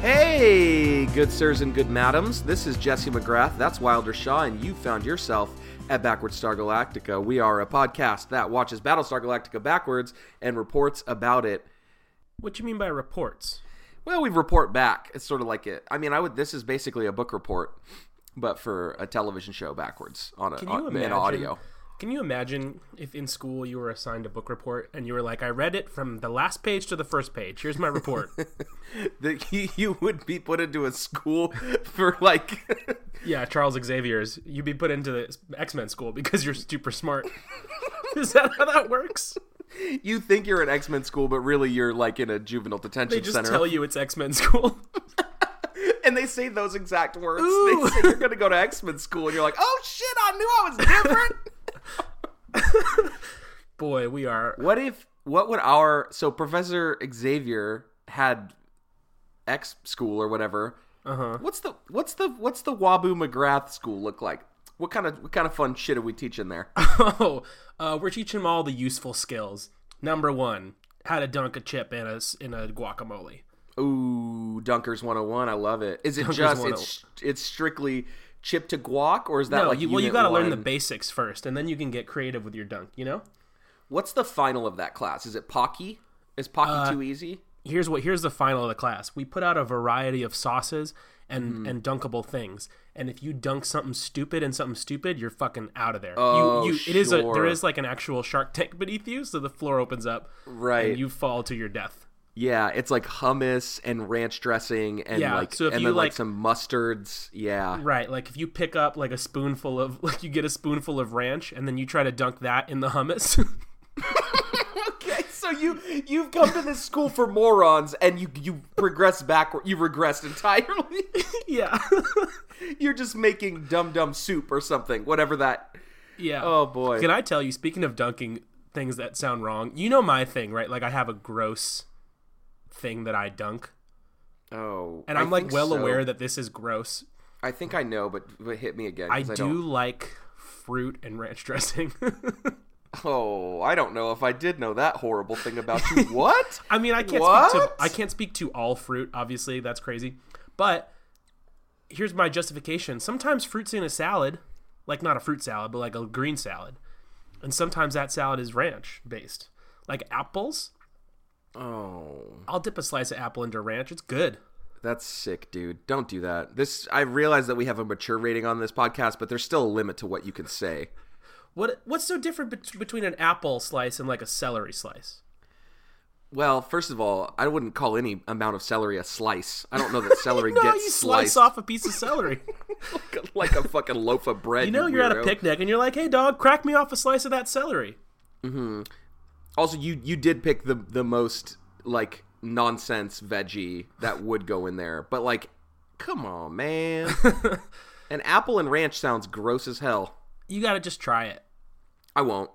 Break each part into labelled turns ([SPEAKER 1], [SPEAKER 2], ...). [SPEAKER 1] Hey, good sirs and good madams. This is Jesse McGrath. That's Wilder Shaw, and you found yourself at Backward Star Galactica. We are a podcast that watches Battlestar Galactica backwards and reports about it.
[SPEAKER 2] What you mean by reports?
[SPEAKER 1] Well, we report back. It's sort of like it. I mean, I would. This is basically a book report, but for a television show backwards on a
[SPEAKER 2] Can you
[SPEAKER 1] on,
[SPEAKER 2] imagine?
[SPEAKER 1] Uh, in audio.
[SPEAKER 2] Can you imagine if in school you were assigned a book report and you were like, I read it from the last page to the first page. Here's my report.
[SPEAKER 1] That you, you would be put into a school for like.
[SPEAKER 2] yeah, Charles Xavier's. You'd be put into the X Men school because you're super smart. Is that how that works?
[SPEAKER 1] you think you're an X Men school, but really you're like in a juvenile detention
[SPEAKER 2] They just
[SPEAKER 1] center.
[SPEAKER 2] tell you it's X Men school.
[SPEAKER 1] and they say those exact words.
[SPEAKER 2] Ooh.
[SPEAKER 1] They say you're going to go to X Men school, and you're like, oh shit, I knew I was different.
[SPEAKER 2] Boy, we are.
[SPEAKER 1] what if, what would our, so Professor Xavier had X school or whatever.
[SPEAKER 2] Uh huh.
[SPEAKER 1] What's the, what's the, what's the Wabu McGrath school look like? What kind of, what kind of fun shit are we teaching there?
[SPEAKER 2] Oh, uh, we're teaching them all the useful skills. Number one, how to dunk a chip in a s- in a guacamole.
[SPEAKER 1] Ooh, Dunkers 101. I love it. Is it
[SPEAKER 2] Dunkers
[SPEAKER 1] just, it's, it's strictly chip to guac, or is that
[SPEAKER 2] No,
[SPEAKER 1] like,
[SPEAKER 2] you, well, you
[SPEAKER 1] unit
[SPEAKER 2] got to learn the
[SPEAKER 1] one?
[SPEAKER 2] basics first, and then you can get creative with your dunk. You know.
[SPEAKER 1] What's the final of that class? Is it Pocky? Is Pocky too easy?
[SPEAKER 2] here's what here's the final of the class. We put out a variety of sauces and
[SPEAKER 1] Mm-hmm.
[SPEAKER 2] and dunkable things. And if you dunk something stupid and something stupid, you're fucking out of there.
[SPEAKER 1] Oh,
[SPEAKER 2] you, you it is a
[SPEAKER 1] sure.
[SPEAKER 2] there is like an actual shark tank beneath you, so the floor opens up
[SPEAKER 1] Right.
[SPEAKER 2] and you fall to your death.
[SPEAKER 1] Yeah, it's like hummus and ranch dressing and
[SPEAKER 2] Yeah,
[SPEAKER 1] like
[SPEAKER 2] so if
[SPEAKER 1] and
[SPEAKER 2] you,
[SPEAKER 1] then like,
[SPEAKER 2] like-
[SPEAKER 1] some mustards. Yeah.
[SPEAKER 2] Right. Like if you pick up like a spoonful of like you get a spoonful of ranch and then you try to dunk that in the hummus.
[SPEAKER 1] Okay, so you you've come to this school for morons and you you progress backward. You regressed entirely.
[SPEAKER 2] yeah.
[SPEAKER 1] You're just making dum dum soup or something, whatever that.
[SPEAKER 2] yeah.
[SPEAKER 1] Oh boy.
[SPEAKER 2] Can I tell you, speaking of dunking things that sound wrong, you know my thing, right? Like I have a gross thing that I dunk.
[SPEAKER 1] oh.
[SPEAKER 2] and
[SPEAKER 1] I
[SPEAKER 2] I'm like
[SPEAKER 1] think
[SPEAKER 2] well
[SPEAKER 1] so.
[SPEAKER 2] aware that this is gross.
[SPEAKER 1] I think I know, but, but hit me again.
[SPEAKER 2] I
[SPEAKER 1] 'cause
[SPEAKER 2] do
[SPEAKER 1] don't-
[SPEAKER 2] like fruit and ranch dressing.
[SPEAKER 1] Oh, I don't know if I did know that horrible thing about you. what?
[SPEAKER 2] I mean, I can't speak
[SPEAKER 1] What?
[SPEAKER 2] to I can't speak to all fruit. Obviously, that's crazy. But here's my justification: sometimes fruits in a salad, like not a fruit salad, but like a green salad, and sometimes that salad is ranch based, like apples.
[SPEAKER 1] Oh.
[SPEAKER 2] I'll dip a slice of apple into ranch. It's good.
[SPEAKER 1] That's sick, dude. Don't do that. This I realize that we have a mature rating on this podcast, but there's still a limit to what you can say.
[SPEAKER 2] What what's so different bet- between an apple slice and like a celery slice?
[SPEAKER 1] Well, first of all, I wouldn't call any amount of celery a slice. I don't know that celery
[SPEAKER 2] No,
[SPEAKER 1] gets
[SPEAKER 2] you
[SPEAKER 1] sliced
[SPEAKER 2] slice off a piece of celery.
[SPEAKER 1] like a fucking loaf of bread.
[SPEAKER 2] You know, you're at a
[SPEAKER 1] weirdo.
[SPEAKER 2] picnic and you're like, hey, dog, crack me off a slice of that celery.
[SPEAKER 1] Also, you you did pick the the most like nonsense veggie that would go in there, but like, come on, man. An apple and ranch sounds gross as hell.
[SPEAKER 2] You got to just try it.
[SPEAKER 1] I won't.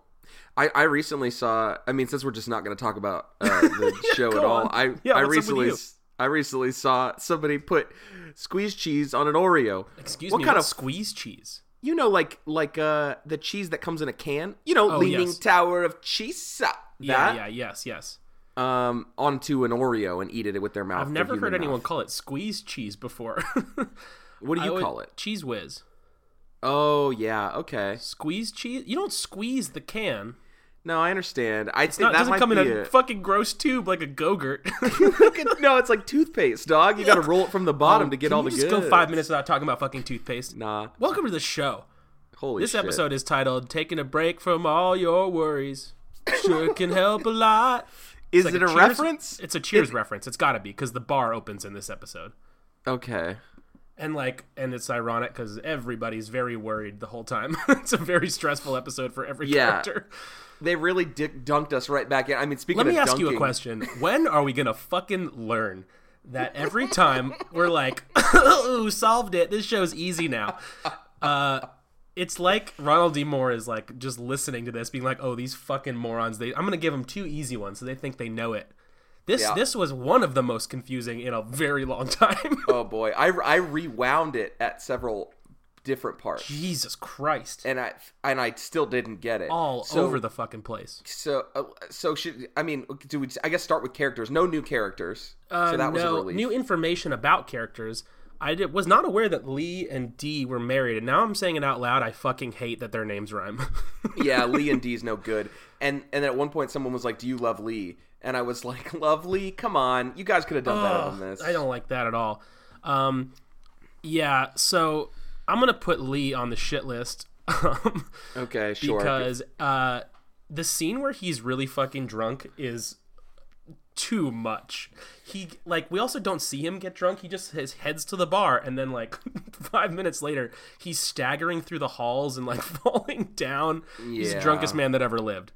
[SPEAKER 1] I, I recently saw. I mean, since we're just not going to talk about uh, the show at
[SPEAKER 2] go
[SPEAKER 1] all,
[SPEAKER 2] on.
[SPEAKER 1] I
[SPEAKER 2] Yeah,
[SPEAKER 1] I
[SPEAKER 2] what's up with
[SPEAKER 1] recently
[SPEAKER 2] you?
[SPEAKER 1] s- I recently saw somebody put squeezed cheese on an Oreo.
[SPEAKER 2] Excuse
[SPEAKER 1] what
[SPEAKER 2] me,
[SPEAKER 1] kind
[SPEAKER 2] what
[SPEAKER 1] of
[SPEAKER 2] squeeze cheese?
[SPEAKER 1] you know like like uh the cheese that comes in a can? You know, leaning
[SPEAKER 2] Oh, yes.
[SPEAKER 1] tower of cheese. uh,
[SPEAKER 2] Yeah,
[SPEAKER 1] That
[SPEAKER 2] yeah, yes, yes.
[SPEAKER 1] um onto an Oreo and eat it with their mouth.
[SPEAKER 2] I've
[SPEAKER 1] their
[SPEAKER 2] never
[SPEAKER 1] human
[SPEAKER 2] heard anyone
[SPEAKER 1] mouth.
[SPEAKER 2] call it squeeze cheese before.
[SPEAKER 1] What do
[SPEAKER 2] I
[SPEAKER 1] you
[SPEAKER 2] would-
[SPEAKER 1] call it?
[SPEAKER 2] Cheese whiz.
[SPEAKER 1] Oh yeah, okay.
[SPEAKER 2] Squeeze cheese? You don't squeeze the can.
[SPEAKER 1] No, I understand. I think
[SPEAKER 2] No, it
[SPEAKER 1] that
[SPEAKER 2] doesn't
[SPEAKER 1] might
[SPEAKER 2] come in
[SPEAKER 1] be
[SPEAKER 2] a
[SPEAKER 1] it.
[SPEAKER 2] fucking gross tube like a Go-Gurt.
[SPEAKER 1] no, it's like toothpaste, dog. You got to roll it from the bottom to get
[SPEAKER 2] Oh, Can
[SPEAKER 1] all
[SPEAKER 2] you
[SPEAKER 1] the
[SPEAKER 2] just
[SPEAKER 1] good.
[SPEAKER 2] go five minutes without talking about fucking toothpaste?
[SPEAKER 1] Nah,
[SPEAKER 2] Welcome to the show.
[SPEAKER 1] holy
[SPEAKER 2] This
[SPEAKER 1] shit.
[SPEAKER 2] episode is titled Taking a Break from All Your Worries. Sure can help a lot.
[SPEAKER 1] Is
[SPEAKER 2] It's
[SPEAKER 1] it
[SPEAKER 2] like
[SPEAKER 1] a,
[SPEAKER 2] Cheers-
[SPEAKER 1] reference?
[SPEAKER 2] It's a Cheers reference. It's got to be because the bar opens in this episode,
[SPEAKER 1] Okay.
[SPEAKER 2] and like, and it's ironic because everybody's very worried the whole time. it's a very stressful episode for every
[SPEAKER 1] Yeah.
[SPEAKER 2] character.
[SPEAKER 1] They really dick dunked us right back in. I mean, speaking
[SPEAKER 2] Let
[SPEAKER 1] of
[SPEAKER 2] me ask you a
[SPEAKER 1] dunking-
[SPEAKER 2] question: When are we gonna fucking learn? That every time we're like, "Ooh, solved it. This show's easy now." Uh, it's like Ronald D. Moore is like just listening to this, being like, "Oh, these fucking morons! They, I'm gonna give them two easy ones, so they think they know it." This
[SPEAKER 1] Yeah.
[SPEAKER 2] this was one of the most confusing in a very long time.
[SPEAKER 1] Oh boy, I I rewound it at several different parts.
[SPEAKER 2] Jesus Christ.
[SPEAKER 1] And I and I still didn't get it.
[SPEAKER 2] All
[SPEAKER 1] So-
[SPEAKER 2] over the fucking place.
[SPEAKER 1] So uh, so should I mean do we I guess start with characters. No new characters. so that was a
[SPEAKER 2] Uh, Um, no,
[SPEAKER 1] relief.
[SPEAKER 2] new information about characters. I did, was not aware that Lee and Dee were married, and now I'm saying it out loud. I fucking hate that their names rhyme.
[SPEAKER 1] yeah, Lee and Dee's no good. And and then at one point someone was like, "Do you love Lee?" And I was like, "Love Lee? Come on, you guys could have done better than this."
[SPEAKER 2] I don't like that at all. Um, yeah, so I'm gonna put Lee on the shit list Um,
[SPEAKER 1] Okay, sure.
[SPEAKER 2] because uh, the scene where he's really fucking drunk is too much. He like we also don't see him get drunk. He just his heads to the bar and then like 5 minutes later he's staggering through the halls and like falling down. He's the
[SPEAKER 1] Yeah.
[SPEAKER 2] drunkest man that ever lived.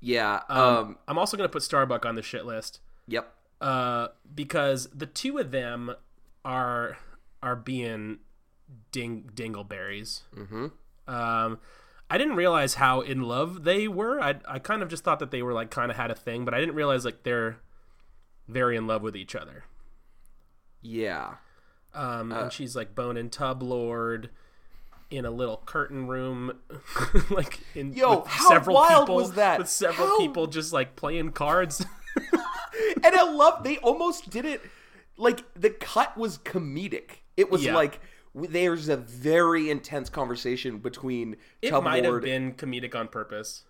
[SPEAKER 1] yeah. Um.
[SPEAKER 2] I'm also going to put Starbuck on the shit list.
[SPEAKER 1] Yep.
[SPEAKER 2] uh, because the two of them are are being ding dingleberries. Mm-hmm. Um, I didn't realize how in love they were. I I kind of just thought that they were like kind of had a thing, but I didn't realize like they're very in love with each other.
[SPEAKER 1] Yeah.
[SPEAKER 2] Um,
[SPEAKER 1] Uh.
[SPEAKER 2] and she's like bone and tub lord in a little curtain room, like in
[SPEAKER 1] Yo,
[SPEAKER 2] with
[SPEAKER 1] how
[SPEAKER 2] several
[SPEAKER 1] wild
[SPEAKER 2] people,
[SPEAKER 1] was that?
[SPEAKER 2] with several
[SPEAKER 1] How-
[SPEAKER 2] people just like playing cards.
[SPEAKER 1] And I love they almost did it like the cut was comedic. It was
[SPEAKER 2] Yeah.
[SPEAKER 1] like w- there's a very intense conversation between
[SPEAKER 2] it
[SPEAKER 1] Tub
[SPEAKER 2] might have
[SPEAKER 1] Lord
[SPEAKER 2] been comedic on purpose.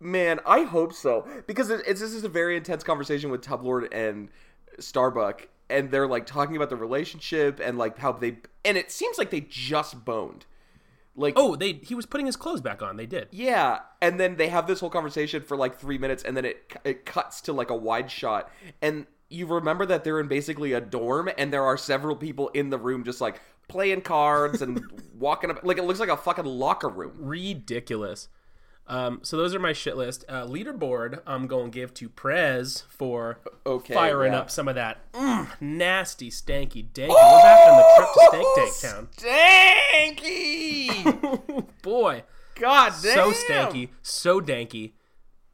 [SPEAKER 1] Man, I hope so because it- it's, this is a very intense conversation with Tublord and Starbuck, and they're like talking about the relationship and like how they and it seems like they just boned. Like,
[SPEAKER 2] Oh, they he was putting his clothes back on. They did.
[SPEAKER 1] yeah, and then they have this whole conversation for like three minutes, and then it cu- it cuts to like a wide shot, and you remember that they're in basically a dorm, and there are several people in the room just like playing cards and walking up. Like it looks like a fucking locker room.
[SPEAKER 2] Ridiculous. Um, so those are my shit list. Uh, leaderboard, I'm going to give to Prez for
[SPEAKER 1] Okay,
[SPEAKER 2] firing
[SPEAKER 1] yeah.
[SPEAKER 2] up some of that mm, nasty, stanky, danky. We're back on the trip to Stank Dank Town.
[SPEAKER 1] Stanky!
[SPEAKER 2] Boy,
[SPEAKER 1] God damn!
[SPEAKER 2] so stanky, so danky.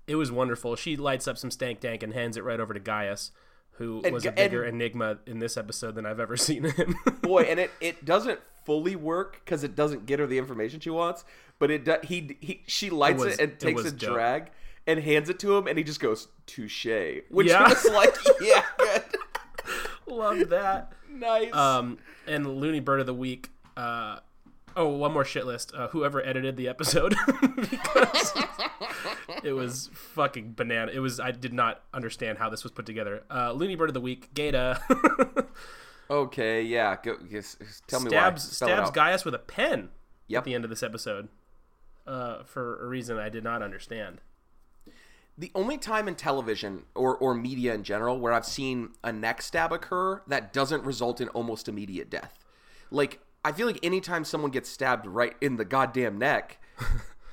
[SPEAKER 2] It was wonderful. She lights up some Stank Dank and hands it right over to Gaius, who was a
[SPEAKER 1] Ga- and-
[SPEAKER 2] bigger enigma in this episode than I've ever seen him.
[SPEAKER 1] boy, and it, it doesn't fully work because it doesn't get her the information she wants. But it do, he he she lights
[SPEAKER 2] It
[SPEAKER 1] it,
[SPEAKER 2] was- it
[SPEAKER 1] and takes a
[SPEAKER 2] was dope.
[SPEAKER 1] drag and hands it to him, and he just goes touche, which
[SPEAKER 2] Yeah. Um,
[SPEAKER 1] was like yeah, good,
[SPEAKER 2] Love that.
[SPEAKER 1] nice.
[SPEAKER 2] Um, and Looney Bird of the Week. Uh, oh, one more shit list. Uh, whoever edited the episode because it was fucking banana. It was. I did not understand how this was put together. Uh, Looney Bird of the Week. Gata
[SPEAKER 1] okay, yeah. Go, yes, tell me
[SPEAKER 2] stabs
[SPEAKER 1] why. Spell it
[SPEAKER 2] stabs
[SPEAKER 1] out.
[SPEAKER 2] Gaius with a pen
[SPEAKER 1] Yep.
[SPEAKER 2] at the end of this episode uh, for a reason I did not understand.
[SPEAKER 1] the only time in television or, or media in general where I've seen a neck stab occur that doesn't result in almost immediate death. Like, I feel like anytime someone gets stabbed right in the goddamn neck,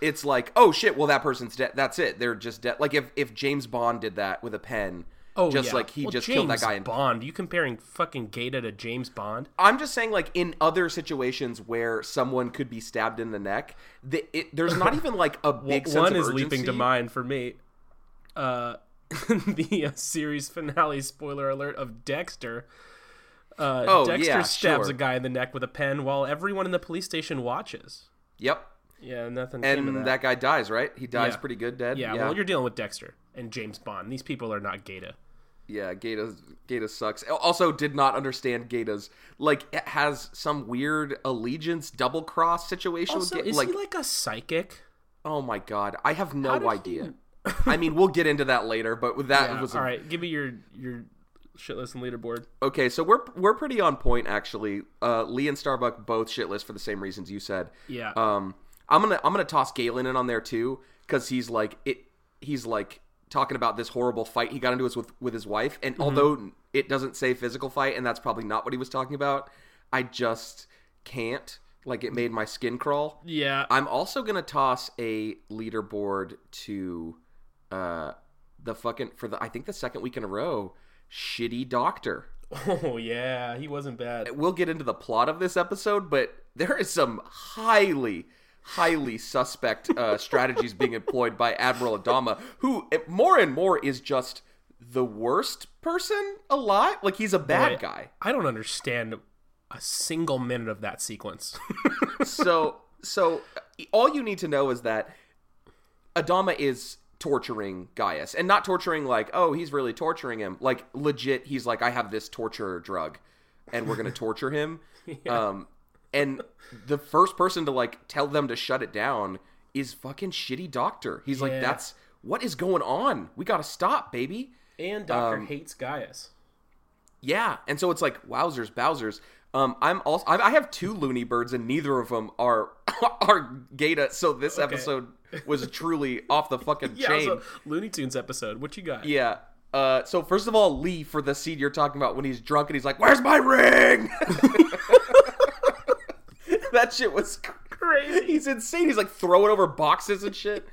[SPEAKER 1] it's like, oh shit, well, that person's dead. That's it. They're just dead. Like, if, if James Bond did that with a pen,
[SPEAKER 2] Oh,
[SPEAKER 1] just
[SPEAKER 2] yeah.
[SPEAKER 1] like he
[SPEAKER 2] Well,
[SPEAKER 1] just killed that
[SPEAKER 2] James
[SPEAKER 1] guy. And
[SPEAKER 2] Bond. You comparing fucking Gata to James Bond?
[SPEAKER 1] I'm just saying, like, in other situations where someone could be stabbed in the neck, the, it, there's not even like a big sense
[SPEAKER 2] one
[SPEAKER 1] of
[SPEAKER 2] is leaping to
[SPEAKER 1] urgency.
[SPEAKER 2] mind for me. Uh, the uh, series finale spoiler alert of Dexter. Uh,
[SPEAKER 1] Oh,
[SPEAKER 2] Dexter
[SPEAKER 1] yeah,
[SPEAKER 2] stabs
[SPEAKER 1] sure.
[SPEAKER 2] a guy in the neck with a pen while everyone in the police station watches.
[SPEAKER 1] Yep.
[SPEAKER 2] Yeah, nothing came of
[SPEAKER 1] And that.
[SPEAKER 2] that.
[SPEAKER 1] guy dies, right? He dies
[SPEAKER 2] Yeah.
[SPEAKER 1] pretty good, dead.
[SPEAKER 2] yeah, well, you're dealing with Dexter and James Bond. These people are not Gata.
[SPEAKER 1] Yeah, Gata Gata sucks. Also, did not understand Gata's like it has some weird allegiance double cross situation.
[SPEAKER 2] Also,
[SPEAKER 1] with Ga-
[SPEAKER 2] is
[SPEAKER 1] like,
[SPEAKER 2] he like a psychic?
[SPEAKER 1] oh my god, I have
[SPEAKER 2] How
[SPEAKER 1] no
[SPEAKER 2] did
[SPEAKER 1] idea. I mean, we'll get into that later, but with that
[SPEAKER 2] Yeah,
[SPEAKER 1] was
[SPEAKER 2] all right, Uh, give me your your shitless and leaderboard.
[SPEAKER 1] okay. So we're we're pretty on point actually. Uh, Lee and Starbuck both shitless for the same reasons you said.
[SPEAKER 2] Yeah.
[SPEAKER 1] Um, I'm gonna I'm gonna toss Galen in on there too because he's like it. He's like talking about this horrible fight he got into his, with with his wife, and although it doesn't say physical fight, and that's probably not what he was talking about, I just can't. Like it made my skin crawl.
[SPEAKER 2] yeah,
[SPEAKER 1] I'm also gonna toss a leaderboard to uh, the fucking for the I think the second week in a row. Shitty doctor.
[SPEAKER 2] oh yeah, he wasn't bad.
[SPEAKER 1] We'll get into the plot of this episode, but there is some highly, highly suspect uh, strategies being employed by Admiral Adama, who eh, more and more is just the worst person alive. Like he's a bad
[SPEAKER 2] Right.
[SPEAKER 1] guy.
[SPEAKER 2] I don't understand a single minute of that sequence.
[SPEAKER 1] so so all you need to know is that Adama is torturing Gaius and not torturing like oh he's really torturing him like legit he's like I have this torture drug and we're going to torture him um and the first person to like tell them to shut it down is fucking shitty doctor he's
[SPEAKER 2] Yeah.
[SPEAKER 1] like that's what is going on we got to stop baby
[SPEAKER 2] and Doctor
[SPEAKER 1] Um,
[SPEAKER 2] hates Gaius.
[SPEAKER 1] yeah, and so it's like wowzers, Bowser's. Um, I'm also I I have two Looney Birds, and neither of them are are Gata. So this episode was truly off the fucking
[SPEAKER 2] Yeah,
[SPEAKER 1] chain.
[SPEAKER 2] it was a Looney Tunes episode. What you got?
[SPEAKER 1] yeah. Uh, so first of all, Lee for the scene you're talking about when he's drunk and he's like, "Where's my ring?" that shit was crazy. He's insane. He's like throwing over boxes and shit.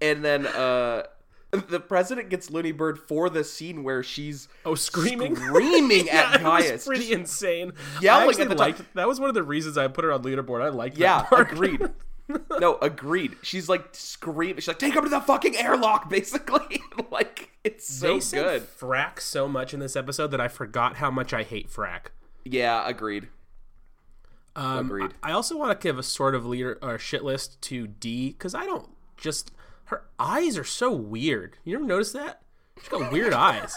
[SPEAKER 1] And then uh, the president gets Looney Bird for the scene where she's
[SPEAKER 2] Oh, screaming!
[SPEAKER 1] screaming
[SPEAKER 2] yeah,
[SPEAKER 1] at Gaius.
[SPEAKER 2] it was pretty insane.
[SPEAKER 1] yelling
[SPEAKER 2] I actually
[SPEAKER 1] at the
[SPEAKER 2] liked,
[SPEAKER 1] top.
[SPEAKER 2] That was one of the reasons I put her on leaderboard. I liked
[SPEAKER 1] Yeah,
[SPEAKER 2] that part.
[SPEAKER 1] agreed. no, agreed. She's like screaming. She's like, take him to the fucking airlock, basically. like, it's so
[SPEAKER 2] they said
[SPEAKER 1] good.
[SPEAKER 2] frack so much in this episode that I forgot how much I hate frack.
[SPEAKER 1] Yeah, agreed.
[SPEAKER 2] Um,
[SPEAKER 1] Agreed.
[SPEAKER 2] I, I also want to give a sort of leader or shit list to D because I don't just her eyes are so weird. You ever notice that? She's got weird eyes,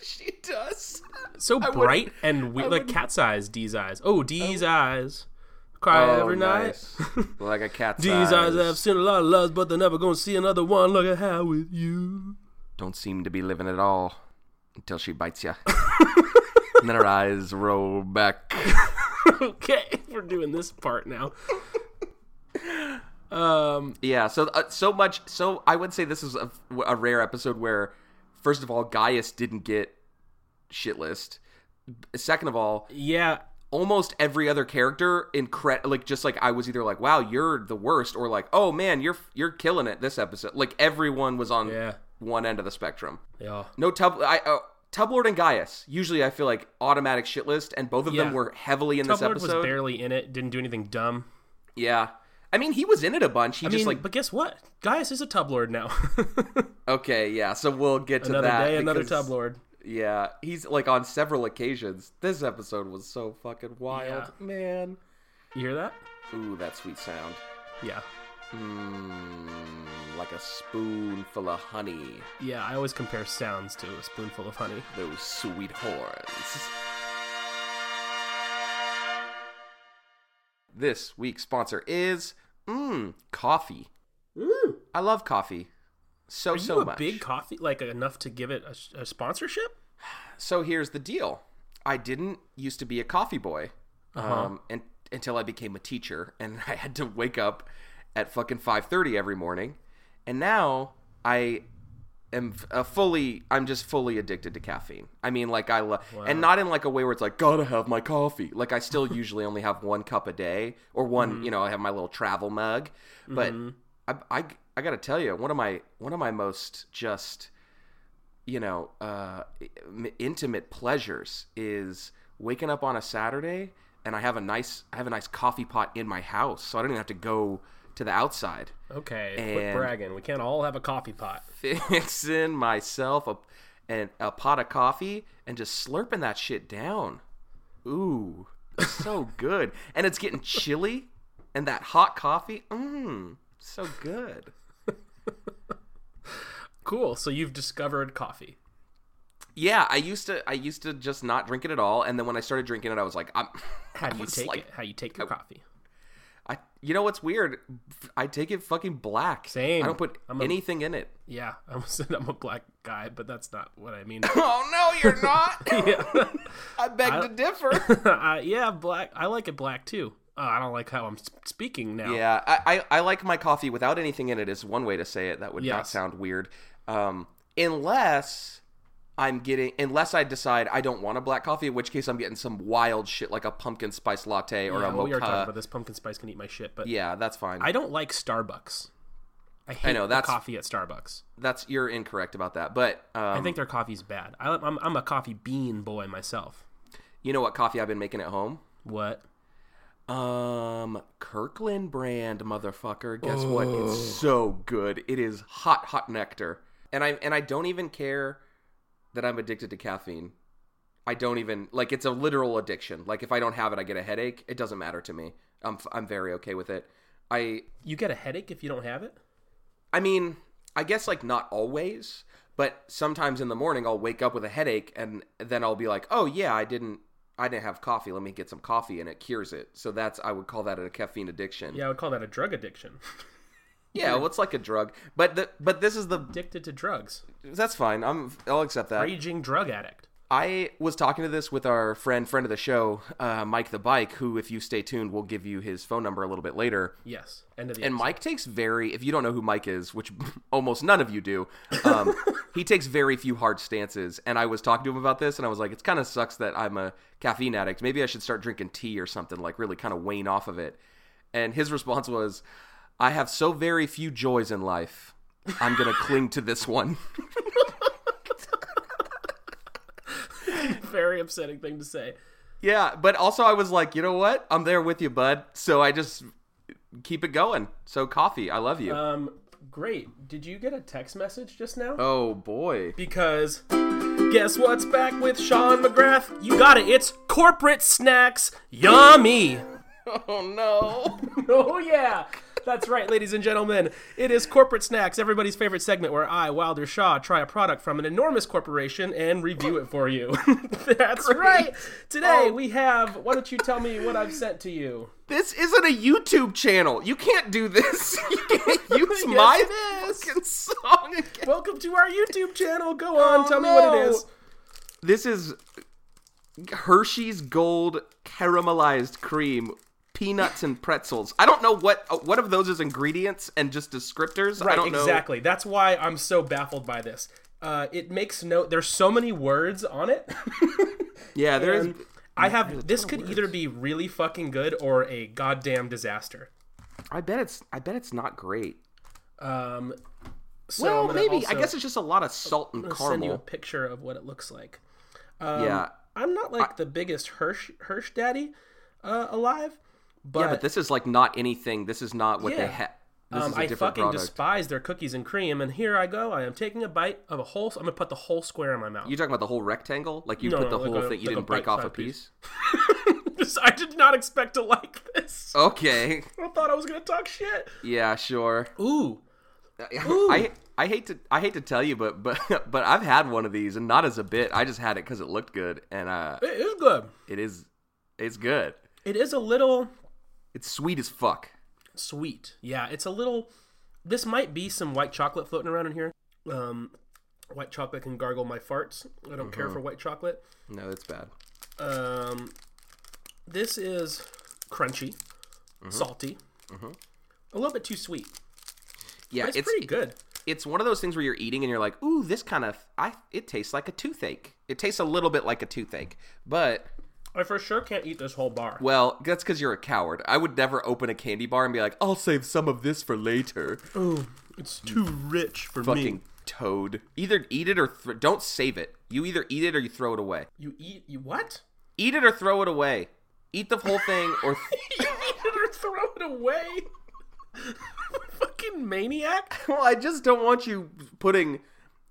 [SPEAKER 1] She does.
[SPEAKER 2] so bright and weird, like
[SPEAKER 1] wouldn't-
[SPEAKER 2] cat's eyes. D's eyes. Oh, D's eyes cry every night.
[SPEAKER 1] Oh, like a cat's
[SPEAKER 2] D's eyes have seen a lot of loves, but they're never gonna see another one. Look at how with you.
[SPEAKER 1] Don't seem to be living at all until she bites you. and then her eyes roll back.
[SPEAKER 2] okay, we're doing this part now. Um,
[SPEAKER 1] Yeah, so uh, so much. So I would say this is a, a rare episode where, first of all, Gaius didn't get shit list. Second of all,
[SPEAKER 2] yeah,
[SPEAKER 1] almost every other character incre- like just like I was either like wow you're the worst or like oh man you're you're killing it this episode like everyone was on
[SPEAKER 2] Yeah.
[SPEAKER 1] one end of the spectrum
[SPEAKER 2] yeah.
[SPEAKER 1] no tub I uh, Tublord and Gaius usually I feel like automatic shit list and both of
[SPEAKER 2] Yeah.
[SPEAKER 1] them were heavily in this
[SPEAKER 2] Tublord was
[SPEAKER 1] episode
[SPEAKER 2] barely in it. Didn't do anything dumb.
[SPEAKER 1] yeah I mean he was in it a bunch he
[SPEAKER 2] I
[SPEAKER 1] just
[SPEAKER 2] mean,
[SPEAKER 1] like
[SPEAKER 2] but guess what? Gaius is a tub lord now.
[SPEAKER 1] okay yeah so we'll get to
[SPEAKER 2] another
[SPEAKER 1] that
[SPEAKER 2] day, another
[SPEAKER 1] because-
[SPEAKER 2] tub lord.
[SPEAKER 1] yeah he's like on several occasions this episode was so fucking wild
[SPEAKER 2] Yeah.
[SPEAKER 1] man
[SPEAKER 2] You hear that?
[SPEAKER 1] ooh that sweet sound
[SPEAKER 2] Yeah,
[SPEAKER 1] Mm, like a spoonful of honey,
[SPEAKER 2] yeah. I always compare sounds to a spoonful of honey.
[SPEAKER 1] those sweet horns. This week's sponsor is mmm coffee.
[SPEAKER 2] Ooh,
[SPEAKER 1] I love coffee so
[SPEAKER 2] are
[SPEAKER 1] so
[SPEAKER 2] you a
[SPEAKER 1] much.
[SPEAKER 2] big coffee? Like enough to give it a, s- a sponsorship?
[SPEAKER 1] so here's the deal: I didn't used to be a coffee boy, um, and until I became a teacher, and I had to wake up at fucking five thirty every morning, and now I am f- a fully I'm just fully addicted to caffeine. I mean like I love and not in like a way where it's like gotta have my coffee. Like I still usually only have one cup a day or one, you know, I have my little travel mug. But I, I I got to tell you, one of my one of my most just you know, uh m- intimate pleasures is waking up on a Saturday and I have a nice I have a nice coffee pot in my house, so I don't even have to go to the outside
[SPEAKER 2] Okay, quit
[SPEAKER 1] And-
[SPEAKER 2] bragging. We can't all have a coffee pot.
[SPEAKER 1] fixing myself a and a pot of coffee and just slurping that shit down. Ooh, so good. And it's getting chilly and that hot coffee. Mmm, so good.
[SPEAKER 2] Cool. So you've discovered coffee.
[SPEAKER 1] Yeah, I used to I used to just not drink it at all and then when I started drinking it I was like I'm
[SPEAKER 2] How do
[SPEAKER 1] I
[SPEAKER 2] you
[SPEAKER 1] was
[SPEAKER 2] take
[SPEAKER 1] like-
[SPEAKER 2] it? How you take your coffee?
[SPEAKER 1] I you know what's weird? I take it fucking black.
[SPEAKER 2] Same.
[SPEAKER 1] I don't put
[SPEAKER 2] I'm a-
[SPEAKER 1] anything in it.
[SPEAKER 2] Yeah, I almost said I'm a black guy, but that's not what I mean.
[SPEAKER 1] Oh no, you're not.
[SPEAKER 2] yeah.
[SPEAKER 1] I beg to differ.
[SPEAKER 2] uh, yeah, black. I like it black too. Uh, I don't like how I'm s- speaking now.
[SPEAKER 1] Yeah, I, I, I like my coffee without anything in it is one way to say it. That would not
[SPEAKER 2] Yes.
[SPEAKER 1] sound weird. Um, unless I'm getting, unless I decide I don't want a black coffee, in which case I'm getting some wild shit like a pumpkin spice latte or
[SPEAKER 2] Yeah,
[SPEAKER 1] a
[SPEAKER 2] well, we are talking
[SPEAKER 1] mocha.
[SPEAKER 2] about this. Pumpkin spice can eat my shit, but
[SPEAKER 1] Yeah, that's fine.
[SPEAKER 2] I don't like Starbucks. I hate
[SPEAKER 1] know,
[SPEAKER 2] the
[SPEAKER 1] that's-
[SPEAKER 2] coffee at Starbucks.
[SPEAKER 1] that's you're incorrect about that. But um,
[SPEAKER 2] I think their coffee's bad. I, I'm, I'm a coffee bean boy myself.
[SPEAKER 1] you know what coffee I've been making at home?
[SPEAKER 2] What?
[SPEAKER 1] Um, Kirkland brand, motherfucker. Guess what? It's so good. It is hot, hot nectar. And I and I don't even care that I'm addicted to caffeine. I don't even like it's a literal addiction. Like if I don't have it, I get a headache. It doesn't matter to me. I'm f- I'm very okay with it. I
[SPEAKER 2] You get a headache if you don't have it?
[SPEAKER 1] I mean, I guess like not always, but sometimes in the morning I'll wake up with a headache and then I'll be like, "Oh yeah, I didn't I didn't have coffee. Let me get some coffee and it cures it." So that's I would call that a caffeine addiction.
[SPEAKER 2] Yeah, I would call that a drug addiction.
[SPEAKER 1] Yeah, well, it's like a drug. But the but this is the
[SPEAKER 2] Addicted to drugs.
[SPEAKER 1] that's fine. I'm I'll accept that.
[SPEAKER 2] Raging drug addict.
[SPEAKER 1] I was talking to this with our friend, friend of the show, uh, Mike the Bike, who, if you stay tuned, will give you his phone number a little bit later.
[SPEAKER 2] Yes. End of the
[SPEAKER 1] And Mike takes very, if you don't know who Mike is, which almost none of you do, um, he takes very few hard stances. And I was talking to him about this, and I was like, it kind of sucks that I'm a caffeine addict. Maybe I should start drinking tea or something, like really kind of wane off of it. And his response was, I have so very few joys in life. I'm going to cling to this one.
[SPEAKER 2] Very upsetting thing to say.
[SPEAKER 1] Yeah, but also I was like, you know what? I'm there with you, bud. So I just keep it going. So coffee, I love you.
[SPEAKER 2] Um, great. Did you get a text message just now?
[SPEAKER 1] oh boy.
[SPEAKER 2] because guess what's back with Sean McGrath? You got it. It's corporate snacks. Yummy.
[SPEAKER 1] Oh no.
[SPEAKER 2] Oh yeah. That's right, ladies and gentlemen. It is Corporate Snacks, everybody's favorite segment where I, Wilder Shaw, try a product from an enormous corporation and review it for you. That's right. Today
[SPEAKER 1] Oh.
[SPEAKER 2] we have, why don't you tell me what I've sent to you?
[SPEAKER 1] this isn't a YouTube channel. You can't do this. You can't use my
[SPEAKER 2] it is.
[SPEAKER 1] fucking song again.
[SPEAKER 2] Welcome to our YouTube channel. Go on,
[SPEAKER 1] Oh,
[SPEAKER 2] tell me what
[SPEAKER 1] no.
[SPEAKER 2] it is.
[SPEAKER 1] This is Hershey's Gold caramelized cream, peanuts and pretzels. I don't know what uh, what of those is ingredients and just descriptors. I
[SPEAKER 2] Right,
[SPEAKER 1] don't know.
[SPEAKER 2] exactly. That's why I'm so baffled by this. Uh, it makes no. There's so many words on it.
[SPEAKER 1] Yeah, there is.
[SPEAKER 2] I have. This could either be really fucking good or a goddamn disaster.
[SPEAKER 1] I bet it's I bet it's not great.
[SPEAKER 2] Um, so I'm
[SPEAKER 1] Well,
[SPEAKER 2] gonna
[SPEAKER 1] maybe. I
[SPEAKER 2] also
[SPEAKER 1] guess it's just a lot of salt and
[SPEAKER 2] send you um, a
[SPEAKER 1] caramel.
[SPEAKER 2] picture of what it looks like.
[SPEAKER 1] yeah.
[SPEAKER 2] I'm not like the biggest Hirsch Hirsch daddy uh, alive, but,
[SPEAKER 1] Yeah, but this is like not anything. This is not what they
[SPEAKER 2] Yeah.
[SPEAKER 1] had. This
[SPEAKER 2] um,
[SPEAKER 1] is a
[SPEAKER 2] I
[SPEAKER 1] different
[SPEAKER 2] fucking
[SPEAKER 1] product.
[SPEAKER 2] despise their cookies and cream. And here I go. I am taking a bite of a whole. I'm gonna put the whole square in my mouth.
[SPEAKER 1] you talking about the whole rectangle? Like you
[SPEAKER 2] No,
[SPEAKER 1] put the
[SPEAKER 2] no, like
[SPEAKER 1] whole
[SPEAKER 2] a-
[SPEAKER 1] thing. You
[SPEAKER 2] like a
[SPEAKER 1] didn't break off a
[SPEAKER 2] bite-sized
[SPEAKER 1] piece.
[SPEAKER 2] piece. I did not expect to like this.
[SPEAKER 1] Okay.
[SPEAKER 2] I thought I was gonna talk shit.
[SPEAKER 1] Yeah. Sure.
[SPEAKER 2] Ooh.
[SPEAKER 1] I I hate to I hate to tell you, but but but I've had one of these, and not as a bit. I just had it because it looked good, and uh,
[SPEAKER 2] It is good.
[SPEAKER 1] it is it's good.
[SPEAKER 2] It is a little
[SPEAKER 1] It's sweet as fuck.
[SPEAKER 2] sweet. Yeah, it's a little. This might be some white chocolate floating around in here. Um, white chocolate can gargle my farts. I don't care
[SPEAKER 1] Uh-huh.
[SPEAKER 2] for white chocolate.
[SPEAKER 1] No, it's bad.
[SPEAKER 2] Um, this is crunchy,
[SPEAKER 1] Uh-huh.
[SPEAKER 2] salty, a little bit too sweet.
[SPEAKER 1] Yeah,
[SPEAKER 2] It's, pretty good.
[SPEAKER 1] it's one of those things where you're eating and you're like, ooh, this kind of I it tastes like a toothache. It tastes a little bit like a toothache, but
[SPEAKER 2] I for sure can't eat this whole bar.
[SPEAKER 1] well, that's because you're a coward. I would never open a candy bar and be like, I'll save some of this for later.
[SPEAKER 2] Ooh, it's too rich for
[SPEAKER 1] Fucking toad. Either eat it or th- don't save it. You either eat it or you throw it away.
[SPEAKER 2] You eat you what?
[SPEAKER 1] Eat it or throw it away. Eat the whole thing or
[SPEAKER 2] you eat it or throw it away. Fucking maniac.
[SPEAKER 1] well, I just don't want you putting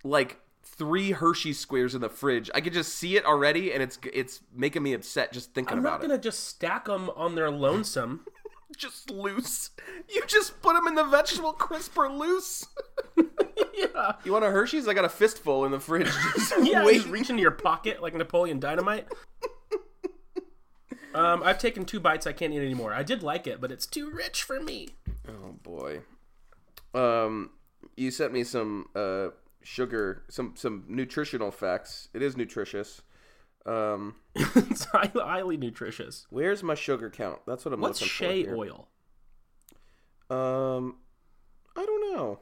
[SPEAKER 1] like three Hershey squares in the fridge. I could just see it already, and it's it's making me upset just thinking
[SPEAKER 2] I'm
[SPEAKER 1] about
[SPEAKER 2] not
[SPEAKER 1] it.
[SPEAKER 2] gonna just stack them on their lonesome.
[SPEAKER 1] just loose. You just put them in the vegetable crisper loose.
[SPEAKER 2] yeah,
[SPEAKER 1] You want a Hershey's? I got a fistful in the fridge. Just
[SPEAKER 2] yeah.
[SPEAKER 1] wait.
[SPEAKER 2] Just reach into your pocket like Napoleon Dynamite. um, I've taken two bites. I can't eat anymore. I did like it, but it's too rich for me.
[SPEAKER 1] Oh boy. Um, you sent me some uh sugar, some some nutritional facts. It is nutritious. Um,
[SPEAKER 2] it's highly, highly nutritious.
[SPEAKER 1] where's my sugar count? That's what I'm
[SPEAKER 2] What's
[SPEAKER 1] looking
[SPEAKER 2] shea
[SPEAKER 1] for. here.
[SPEAKER 2] oil?
[SPEAKER 1] Um, I don't know.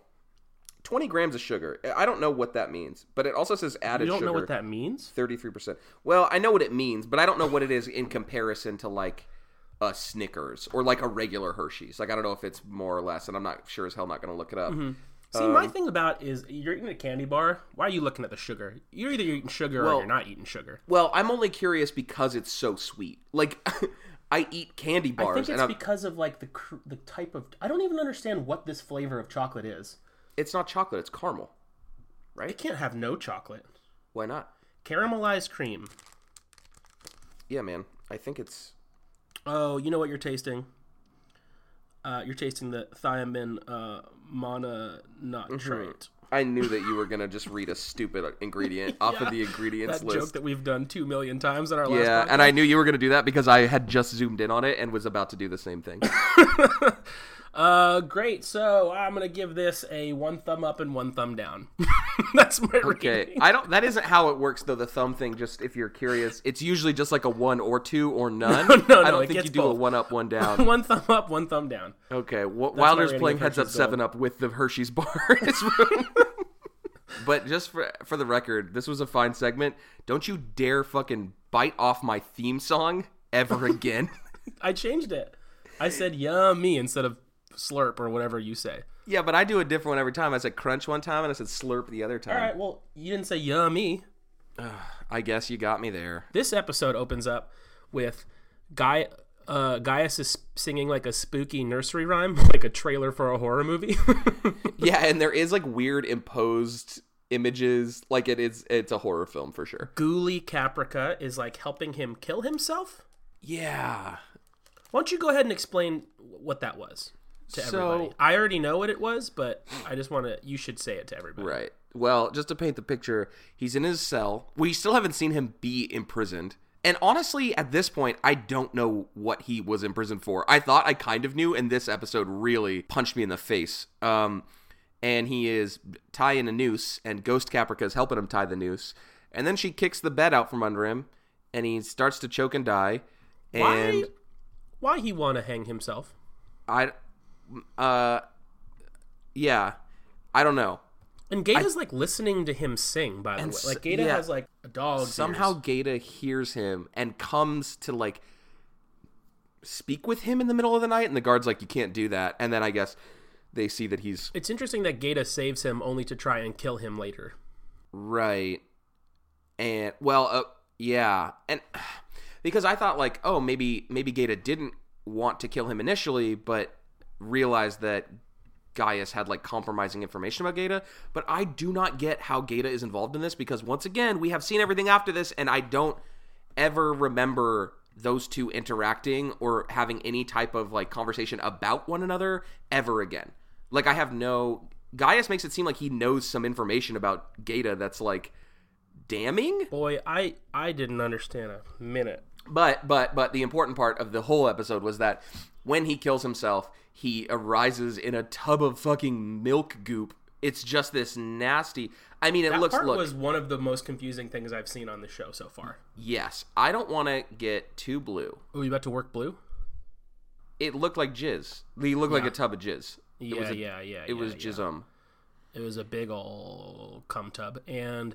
[SPEAKER 1] Twenty grams of sugar. I- I don't know what that means, but it also says added
[SPEAKER 2] You don't
[SPEAKER 1] sugar.
[SPEAKER 2] know what that means.
[SPEAKER 1] Thirty-three percent. Well, I know what it means, but I don't know what it is in comparison to like a Snickers or like a regular Hershey's. Like I don't know if it's more or less, and I'm not sure as hell not going to look it up.
[SPEAKER 2] Mm-hmm. See, my
[SPEAKER 1] Um,
[SPEAKER 2] thing about is you're eating a candy bar. Why are you looking at the sugar? You're either eating sugar or
[SPEAKER 1] Well-
[SPEAKER 2] you're not eating sugar.
[SPEAKER 1] Well, I'm only curious because it's so sweet. Like I eat candy
[SPEAKER 2] I
[SPEAKER 1] bars,
[SPEAKER 2] think
[SPEAKER 1] and
[SPEAKER 2] it's
[SPEAKER 1] I'm,
[SPEAKER 2] because of like the cr- the type of. I don't even understand what this flavor of chocolate is.
[SPEAKER 1] it's not chocolate; it's caramel.
[SPEAKER 2] It can't have no chocolate.
[SPEAKER 1] Why not?
[SPEAKER 2] Caramelized cream.
[SPEAKER 1] yeah, man. I think it's
[SPEAKER 2] Oh, you know what you're tasting? Uh, you're tasting the thiamine uh,
[SPEAKER 1] Mm-hmm.
[SPEAKER 2] mononitrate.
[SPEAKER 1] I knew that you were gonna just read a stupid ingredient off of the ingredients
[SPEAKER 2] That joke
[SPEAKER 1] list.
[SPEAKER 2] that we've done two million times in our last
[SPEAKER 1] yeah,
[SPEAKER 2] podcast.
[SPEAKER 1] and I knew you were gonna do that because I had just zoomed in on it and was about to do the same thing.
[SPEAKER 2] Uh, great. So I'm gonna give this a one thumb up and one thumb down. That's my
[SPEAKER 1] Okay,
[SPEAKER 2] rating.
[SPEAKER 1] I don't. That isn't how it works though. The thumb thing. Just if you're curious, it's usually just like a one or two or none.
[SPEAKER 2] No, no,
[SPEAKER 1] I
[SPEAKER 2] no,
[SPEAKER 1] don't
[SPEAKER 2] it
[SPEAKER 1] think
[SPEAKER 2] gets
[SPEAKER 1] you do a
[SPEAKER 2] both.
[SPEAKER 1] one up, one down.
[SPEAKER 2] one thumb up, one thumb down.
[SPEAKER 1] Okay, w- Wilder's
[SPEAKER 2] rating
[SPEAKER 1] playing
[SPEAKER 2] of
[SPEAKER 1] heads up
[SPEAKER 2] Hershey's
[SPEAKER 1] seven up with the Hershey's bar in his room. but just for for the record, this was a fine segment. Don't you dare fucking bite off my theme song ever again.
[SPEAKER 2] I changed it. I said yummy instead of slurp or whatever you say.
[SPEAKER 1] yeah, but I do a different one every time. I said crunch one time and I said slurp the other time.
[SPEAKER 2] All right. Well, you didn't say yummy.
[SPEAKER 1] I guess you got me there.
[SPEAKER 2] This episode opens up with guy. Uh, Gaius is singing like a spooky nursery rhyme, like a trailer for a horror movie.
[SPEAKER 1] yeah, and there is like weird imposed images like it is it's a horror film for sure.
[SPEAKER 2] Ghouly Caprica is like helping him kill himself.
[SPEAKER 1] Yeah.
[SPEAKER 2] Why don't you go ahead and explain what that was to
[SPEAKER 1] So-
[SPEAKER 2] everybody? I already know what it was, but I just want to. You should say it to everybody.
[SPEAKER 1] Right. Well, just to paint the picture, he's in his cell. We still haven't seen him be imprisoned. And honestly, at this point, I don't know what he was in prison for. I thought I kind of knew, and this episode really punched me in the face. Um, and he is tying a noose, and Ghost Caprica is helping him tie the noose. And then she kicks the bed out from under him, and he starts to choke and die. And
[SPEAKER 2] Why? Why he want to hang himself?
[SPEAKER 1] I, uh, yeah, I don't know.
[SPEAKER 2] And Gata's like listening to him sing. By the way,
[SPEAKER 1] s-
[SPEAKER 2] like Gata
[SPEAKER 1] yeah.
[SPEAKER 2] has like a dog.
[SPEAKER 1] somehow Gata hears him and comes to like speak with him in the middle of the night, and the guard's like, "You can't do that." And then I guess they see that he's
[SPEAKER 2] it's interesting that Gata saves him only to try and kill him later.
[SPEAKER 1] right, and well, uh, yeah, and because I thought like, oh, maybe maybe Gata didn't want to kill him initially, but realized that. Gaius had like compromising information about Gata, but I do not get how Gata is involved in this because once again, we have seen everything after this, and I don't ever remember those two interacting or having any type of like conversation about one another ever again. Like I have no Gaius makes it seem like he knows some information about Gata that's like damning.
[SPEAKER 2] Boy, I I didn't understand a minute.
[SPEAKER 1] But but but the important part of the whole episode was that when he kills himself, he arises in a tub of fucking milk goop. It's just this nasty. I mean, it
[SPEAKER 2] That
[SPEAKER 1] looks
[SPEAKER 2] part
[SPEAKER 1] look.
[SPEAKER 2] was one of the most confusing things I've seen on the show so far.
[SPEAKER 1] yes, I don't want to get too blue.
[SPEAKER 2] Oh, you about to work blue?
[SPEAKER 1] It looked like jizz. He looked like a tub of jizz.
[SPEAKER 2] Yeah,
[SPEAKER 1] was a-
[SPEAKER 2] yeah, yeah.
[SPEAKER 1] It was
[SPEAKER 2] yeah.
[SPEAKER 1] jism.
[SPEAKER 2] It was a big ol' cum tub, and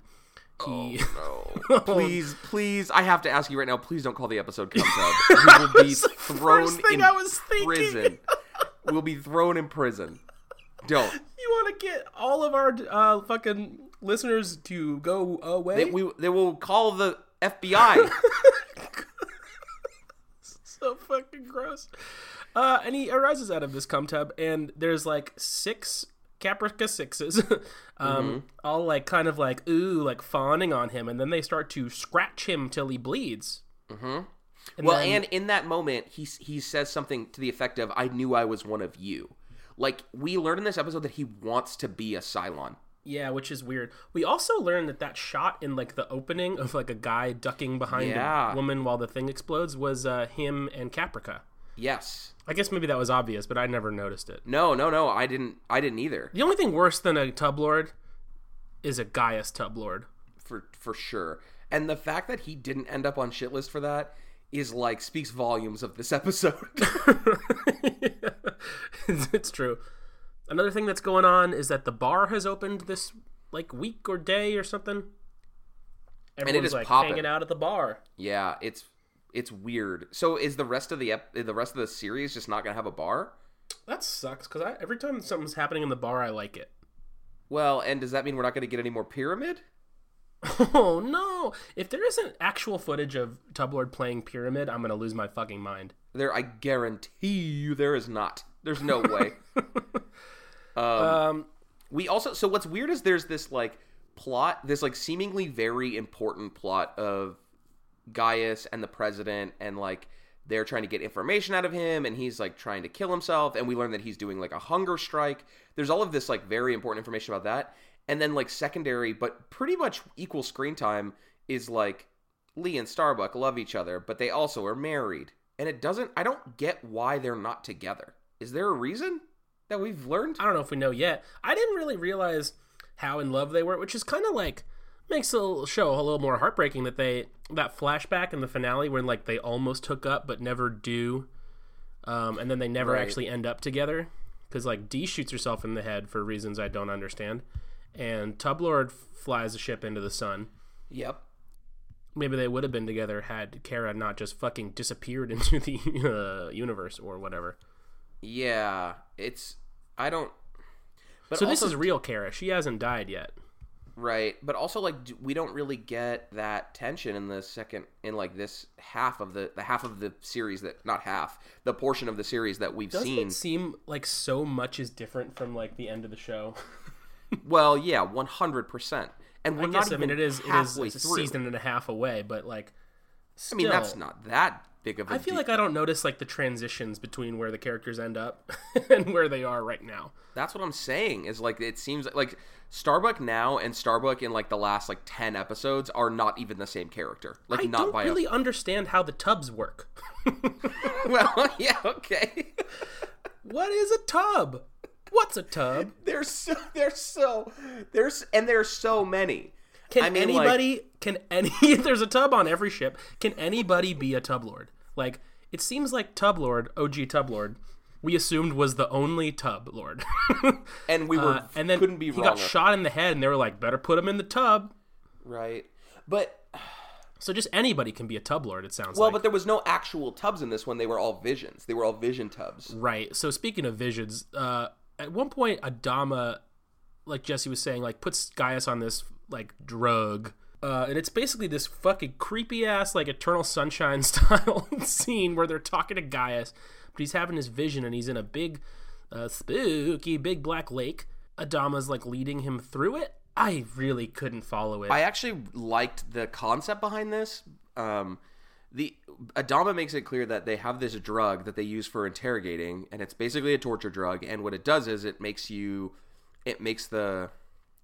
[SPEAKER 2] he
[SPEAKER 1] Oh, No. please, please, I have to ask you right now. Please don't call the episode "Cum Tub." We will be thrown
[SPEAKER 2] first thing
[SPEAKER 1] in
[SPEAKER 2] I was thinking.
[SPEAKER 1] prison. we'll be thrown in prison. Don't.
[SPEAKER 2] you want to get all of our uh, fucking listeners to go away.
[SPEAKER 1] They, we, they will call the FBI.
[SPEAKER 2] so fucking gross. Uh, and he arises out of this cum tub, and there's like six Caprica sixes, um, all like kind of like ooh, like fawning on him, and then they start to scratch him till he bleeds. Mm-hmm.
[SPEAKER 1] well, and in that moment, he s- he says something to the effect of, "I knew I was one of you." Like we learn in this episode that he wants to be a Cylon.
[SPEAKER 2] yeah, which is weird. We also learned that that shot in like the opening of like a guy ducking behind
[SPEAKER 1] Yeah.
[SPEAKER 2] a woman while the thing explodes was uh, him and Caprica.
[SPEAKER 1] Yes.
[SPEAKER 2] I guess maybe that was obvious, but I never noticed it.
[SPEAKER 1] No, no, no. I didn't. I didn't either.
[SPEAKER 2] The only thing worse than a tub lord is a Gaius tub lord.
[SPEAKER 1] for for sure. And the fact that he didn't end up on shit list for that is like speaks volumes of this episode.
[SPEAKER 2] it's, it's true. Another thing that's going on is that the bar has opened this like week or day or something. Everyone's
[SPEAKER 1] is
[SPEAKER 2] like
[SPEAKER 1] popping.
[SPEAKER 2] hanging out at the bar.
[SPEAKER 1] yeah, it's it's weird. So is the rest of the ep- the rest of the series just not gonna have a bar?
[SPEAKER 2] That sucks because I, every time something's happening in the bar, I like it.
[SPEAKER 1] Well, and does that mean we're not gonna get any more pyramid?
[SPEAKER 2] Oh no! If there isn't actual footage of Tublord playing Pyramid, I'm gonna lose my fucking mind.
[SPEAKER 1] There, I guarantee you, there is not. There's no way.
[SPEAKER 2] Um,
[SPEAKER 1] we also so what's weird is there's this like plot, this like seemingly very important plot of Gaius and the president and like they're trying to get information out of him and he's like trying to kill himself and we learn that he's doing like a hunger strike. There's all of this like very important information about that. And then like secondary but pretty much equal screen time is like Lee and Starbuck love each other, but they also are married. And it doesn't I don't get why they're not together. Is there a reason that we've learned?
[SPEAKER 2] I don't know if we know yet. I didn't really realize how in love they were, which is kind of like makes the show a little more heartbreaking that they that flashback in the finale when like they almost hook up but never do, um, and then they never
[SPEAKER 1] Right.
[SPEAKER 2] actually end up together because like Dee shoots herself in the head for reasons I don't understand, and Tublord flies a ship into the sun.
[SPEAKER 1] Yep.
[SPEAKER 2] Maybe they would have been together had Kara not just fucking disappeared into the uh, universe or whatever.
[SPEAKER 1] Yeah. It's I don't but
[SPEAKER 2] so
[SPEAKER 1] also,
[SPEAKER 2] this is real Kara. She hasn't died yet.
[SPEAKER 1] Right, but also like d- we don't really get that tension in the second in like this half of the the half of the series that not half the portion of the series that we've
[SPEAKER 2] Doesn't
[SPEAKER 1] seen.
[SPEAKER 2] it seem like so much is different from like the end of the show?
[SPEAKER 1] Well, yeah, one hundred percent, and we're
[SPEAKER 2] I
[SPEAKER 1] not
[SPEAKER 2] guess I
[SPEAKER 1] even
[SPEAKER 2] mean it is it is
[SPEAKER 1] halfway
[SPEAKER 2] it's a
[SPEAKER 1] through.
[SPEAKER 2] season and a half away, but like
[SPEAKER 1] I mean, that's
[SPEAKER 2] still,
[SPEAKER 1] not that big of a.
[SPEAKER 2] I feel
[SPEAKER 1] de-
[SPEAKER 2] like I don't notice like the transitions between where the characters end up and where they are right now.
[SPEAKER 1] that's what I'm saying is like it seems like Starbuck now and Starbuck in like the last like ten episodes are not even the same character. Like
[SPEAKER 2] I
[SPEAKER 1] not
[SPEAKER 2] don't
[SPEAKER 1] by
[SPEAKER 2] really understand how the tubs work.
[SPEAKER 1] a well, yeah, okay.
[SPEAKER 2] what is a tub? What's a tub?
[SPEAKER 1] there's so there's so there's and there's so many.
[SPEAKER 2] Can
[SPEAKER 1] I mean, like-
[SPEAKER 2] anybody? can any? there's a tub on every ship. Can anybody be a tub lord? Like it seems like tub lord, OG tub lord, we assumed was the only tub lord.
[SPEAKER 1] and we were
[SPEAKER 2] Uh, and then
[SPEAKER 1] couldn't be
[SPEAKER 2] he
[SPEAKER 1] wrong.
[SPEAKER 2] got shot in the head, and they were like, "Better put him in the tub."
[SPEAKER 1] right but
[SPEAKER 2] So just anybody can be a tub lord. It sounds
[SPEAKER 1] well
[SPEAKER 2] like
[SPEAKER 1] but there was no actual tubs in this one they were all visions they were all vision tubs
[SPEAKER 2] right. So speaking of visions, uh, at one point Adama, like Jesse was saying, like puts Gaius on this like drug. Uh, and it's basically this fucking creepy ass like Eternal Sunshine style scene where they're talking to Gaius, but he's having his vision and he's in a big, uh, spooky big black lake. Adama's like leading him through it. I really couldn't follow it.
[SPEAKER 1] i actually liked the concept behind this um the adama makes it clear that they have this drug that they use for interrogating and it's basically a torture drug and what it does is it makes you it makes the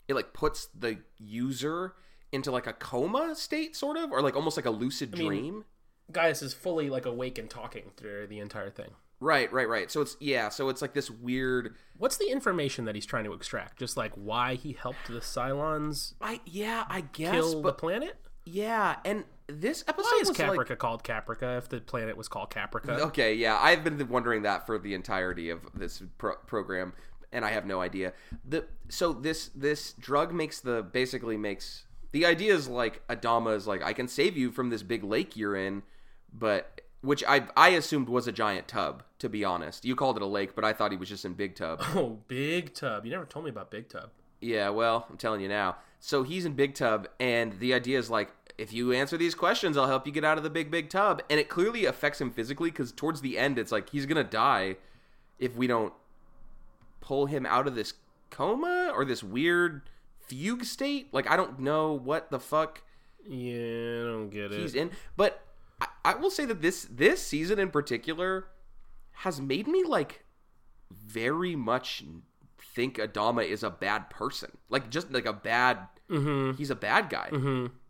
[SPEAKER 1] it like puts the user into like a coma state sort of or like almost like a lucid dream
[SPEAKER 2] Gaius is fully like awake and talking through the entire thing.
[SPEAKER 1] right right right so it's yeah so it's like this weird
[SPEAKER 2] What's the information that he's trying to extract? Just like why he helped the Cylons
[SPEAKER 1] i yeah i guess
[SPEAKER 2] kill
[SPEAKER 1] but
[SPEAKER 2] the planet?
[SPEAKER 1] Yeah, and this episode
[SPEAKER 2] Why is
[SPEAKER 1] was like
[SPEAKER 2] Caprica called Caprica if the planet was called Caprica?
[SPEAKER 1] okay, yeah, I've been wondering that for the entirety of this pro- program, and I have no idea. The so this this drug makes the basically makes the idea is like Adama is like I can save you from this big lake you're in, but which I I assumed was a giant tub. To be honest, you called it a lake, but I thought he was just in big tub.
[SPEAKER 2] Oh, Big Tub. You never told me about Big Tub.
[SPEAKER 1] Yeah, well, I'm telling you now. So he's in Big Tub, and the idea is like, if you answer these questions, I'll help you get out of the big, big tub. And it clearly affects him physically because towards the end, it's like he's going to die if we don't pull him out of this coma or this weird fugue state. Like, I don't know what the fuck
[SPEAKER 2] Yeah, I don't get it.
[SPEAKER 1] he's in. But I, I will say that this this season in particular has made me like very much think Adama is a bad person. Like just like a bad
[SPEAKER 2] Mm-hmm,
[SPEAKER 1] he's a bad guy.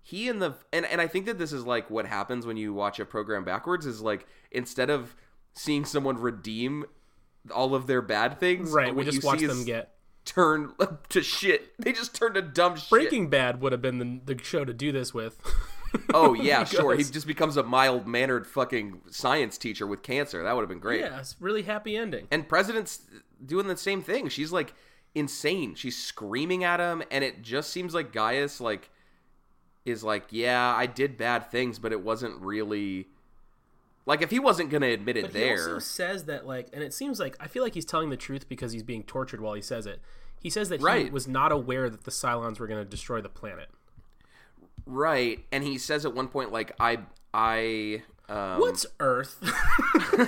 [SPEAKER 1] He and the and and I think that this is like what happens when you watch a program backwards is like instead of seeing someone redeem all of their bad things,
[SPEAKER 2] right,
[SPEAKER 1] what
[SPEAKER 2] we just
[SPEAKER 1] you
[SPEAKER 2] watched
[SPEAKER 1] see
[SPEAKER 2] them
[SPEAKER 1] is
[SPEAKER 2] get.
[SPEAKER 1] turn to shit. They just turn to dumb shit.
[SPEAKER 2] Breaking Bad would have been the, the show to do this with.
[SPEAKER 1] Oh yeah, sure. He
[SPEAKER 2] Because-
[SPEAKER 1] just becomes a mild mannered fucking science teacher with cancer. That would have been great.
[SPEAKER 2] yeah, it's a really happy ending.
[SPEAKER 1] And president's doing the same thing. She's like insane. She's screaming at him, and it just seems like Gaius like is like, yeah, I did bad things, but it wasn't really like if he wasn't gonna admit it
[SPEAKER 2] But he
[SPEAKER 1] there.
[SPEAKER 2] also says that like, and it seems like I feel like he's telling the truth because he's being tortured while he says it. He says that he
[SPEAKER 1] Right.
[SPEAKER 2] was not aware that the Cylons were going to destroy the planet.
[SPEAKER 1] Right. And he says at one point like I I um,
[SPEAKER 2] What's Earth?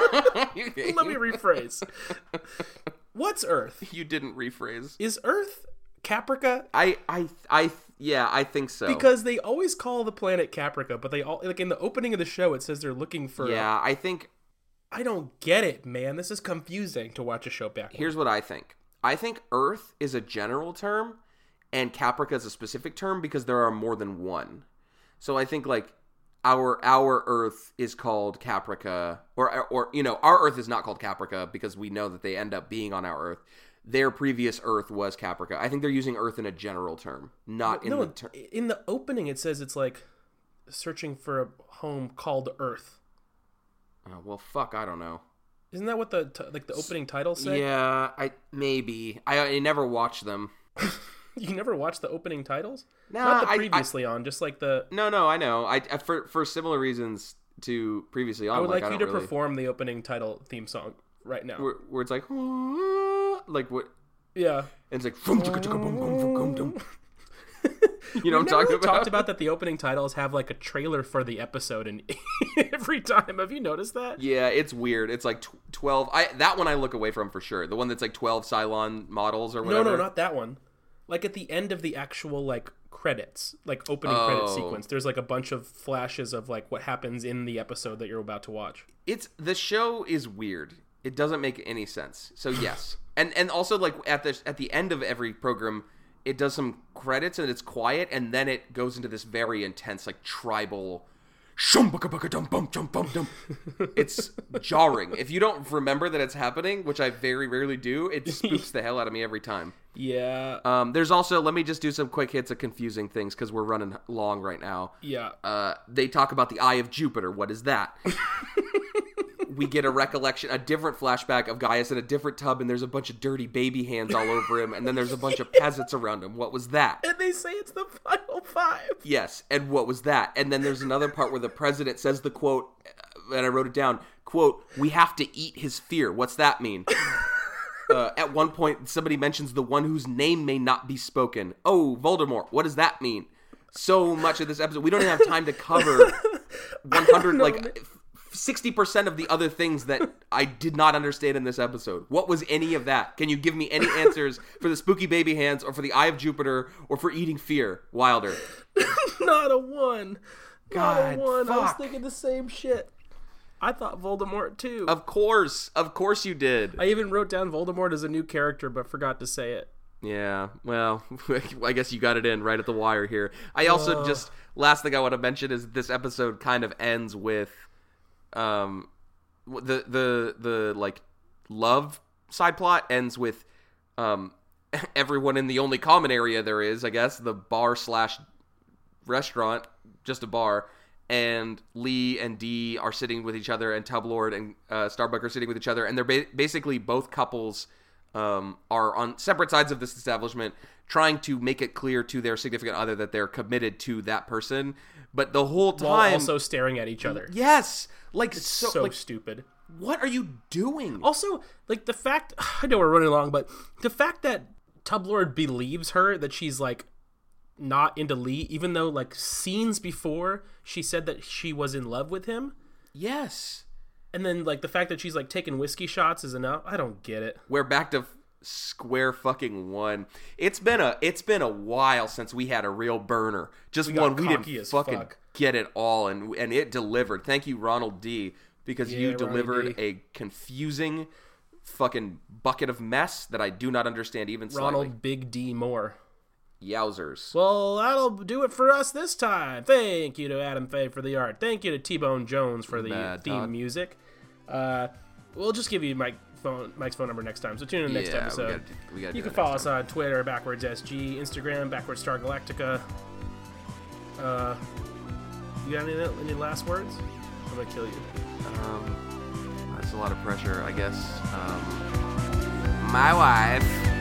[SPEAKER 2] Let me rephrase. What's Earth?
[SPEAKER 1] you didn't rephrase. Oh.
[SPEAKER 2] Is Earth Caprica?
[SPEAKER 1] I I I Yeah, I think so.
[SPEAKER 2] because they always call the planet Caprica, but they all like in the opening of the show it says they're looking for.
[SPEAKER 1] yeah, I think
[SPEAKER 2] I don't get it, man. This is confusing to watch a show back.
[SPEAKER 1] here's what I think. I think Earth is a general term, and Caprica is a specific term because there are more than one. So I think like our our Earth is called Caprica, or or you know our Earth is not called Caprica because we know that they end up being on our Earth. Their previous Earth was Caprica. I think they're using Earth in a general term, not in
[SPEAKER 2] no,
[SPEAKER 1] the ter-
[SPEAKER 2] in the opening it says it's like searching for a home called Earth.
[SPEAKER 1] Oh, well, fuck, I don't know.
[SPEAKER 2] Isn't that what the t- like the opening title said?
[SPEAKER 1] Yeah, I maybe I, I never watched them.
[SPEAKER 2] You never watch the opening titles?
[SPEAKER 1] Nah,
[SPEAKER 2] Not
[SPEAKER 1] I- I-
[SPEAKER 2] the previously on, just like the.
[SPEAKER 1] No, no, I know. I, I- for for similar reasons to previously on.
[SPEAKER 2] I would
[SPEAKER 1] like,
[SPEAKER 2] like,
[SPEAKER 1] I
[SPEAKER 2] you
[SPEAKER 1] don't
[SPEAKER 2] to
[SPEAKER 1] really,
[SPEAKER 2] perform the opening title theme song right now.
[SPEAKER 1] where, where it's like "Ah," like what
[SPEAKER 2] yeah.
[SPEAKER 1] and it's like "Fum, chicka, chicka, bum, bum, bum, bum, dum." You know
[SPEAKER 2] We've
[SPEAKER 1] what I'm
[SPEAKER 2] never
[SPEAKER 1] talking
[SPEAKER 2] really
[SPEAKER 1] about?
[SPEAKER 2] talked about that the opening titles have like a trailer for the episode in every time. Have you noticed that?
[SPEAKER 1] Yeah, it's weird. It's like tw- twelve. I that one I look away from for sure. The one that's like twelve Cylon models or
[SPEAKER 2] No,
[SPEAKER 1] whatever.
[SPEAKER 2] no, not that one. Like at the end of the actual like credits, like opening credit
[SPEAKER 1] Oh.
[SPEAKER 2] sequence, there's like a bunch of flashes of like what happens in the episode that you're about to watch.
[SPEAKER 1] It's the show is weird. It doesn't make any sense. So yes, and and also like at the at the end of every program, it does some credits and it's quiet, and then it goes into this very intense like tribal. "Shumbakabakadum-bum-chum-bum-dum." It's jarring. If you don't remember that it's happening, which I very rarely do, it spooks the hell out of me every time.
[SPEAKER 2] Yeah.
[SPEAKER 1] Um, there's also let me just do some quick hits of confusing things because we're running long right now
[SPEAKER 2] yeah.
[SPEAKER 1] uh, they talk about the eye of Jupiter. What is that? we get a recollection, a different flashback of Gaius in a different tub, and there's a bunch of dirty baby hands all over him, and then there's a bunch of peasants around him. What was that?
[SPEAKER 2] and they say it's the final five.
[SPEAKER 1] Yes, and what was that? And then there's another part where the president says the quote, uh, and I wrote it down. Quote: "We have to eat his fear." What's that mean? Uh, at one point, somebody mentions the one whose name may not be spoken. Oh, Voldemort! What does that mean? So much of this episode, we don't even have time to cover 100, like 60 percent of the other things that I did not understand in this episode. What was any of that? Can you give me any answers for the spooky baby hands, or for the eye of Jupiter, or for eating fear, Wilder?
[SPEAKER 2] Not a one. Not
[SPEAKER 1] God,
[SPEAKER 2] a one. I was
[SPEAKER 1] fuck.
[SPEAKER 2] thinking the same shit. I thought Voldemort too.
[SPEAKER 1] Of course, of course you did.
[SPEAKER 2] I even wrote down Voldemort as a new character, but forgot to say it.
[SPEAKER 1] yeah, well, I guess you got it in right at the wire here. I also just last thing I want to mention is this episode kind of ends with, um, w- the the the like love side plot ends with, um, everyone in the only common area there is, I guess, the bar slash restaurant, just a bar, and Lee and Dee are sitting with each other, and Tublord and uh, Starbuck are sitting with each other, and they're ba- basically both couples um, are on separate sides of this establishment, trying to make it clear to their significant other that they're committed to that person, but the whole
[SPEAKER 2] While
[SPEAKER 1] time,
[SPEAKER 2] also staring at each other.
[SPEAKER 1] yes, like so,
[SPEAKER 2] so
[SPEAKER 1] like
[SPEAKER 2] stupid.
[SPEAKER 1] what are you doing?
[SPEAKER 2] Also, like the fact I know we're running long, but the fact that Tublord believes her that she's like not into Lee, even though like scenes before she said that she was in love with him,
[SPEAKER 1] Yes,
[SPEAKER 2] and then like the fact that she's like taking whiskey shots is enough. I don't get it.
[SPEAKER 1] we're back to square fucking one. It's been a it's been a while since we had a real burner. Just
[SPEAKER 2] got
[SPEAKER 1] one we
[SPEAKER 2] cocky
[SPEAKER 1] didn't
[SPEAKER 2] as
[SPEAKER 1] fucking
[SPEAKER 2] fuck.
[SPEAKER 1] get it all and and it delivered. Thank you Ronald D because you
[SPEAKER 2] Yeah, Ronnie
[SPEAKER 1] delivered
[SPEAKER 2] D.
[SPEAKER 1] a confusing fucking bucket of mess that I do not understand even slightly.
[SPEAKER 2] Ronald Big D Moore.
[SPEAKER 1] Yowzers.
[SPEAKER 2] Well, that'll do it for us this time. Thank you to Adam Faye for the art. Thank you to T Bone Jones for the
[SPEAKER 1] Mad
[SPEAKER 2] theme
[SPEAKER 1] dog.
[SPEAKER 2] music. Uh, we'll just give you Mike phone Mike's phone number next time. So tune in next
[SPEAKER 1] Yeah, we
[SPEAKER 2] episode.
[SPEAKER 1] gotta do- we gotta
[SPEAKER 2] you
[SPEAKER 1] do that next
[SPEAKER 2] can follow us on Twitter, backwards SG, Instagram, backwards Star Galactica. Uh, you got any any last words? I'm gonna kill you.
[SPEAKER 1] Um, that's a lot of pressure, I guess. Um, my wife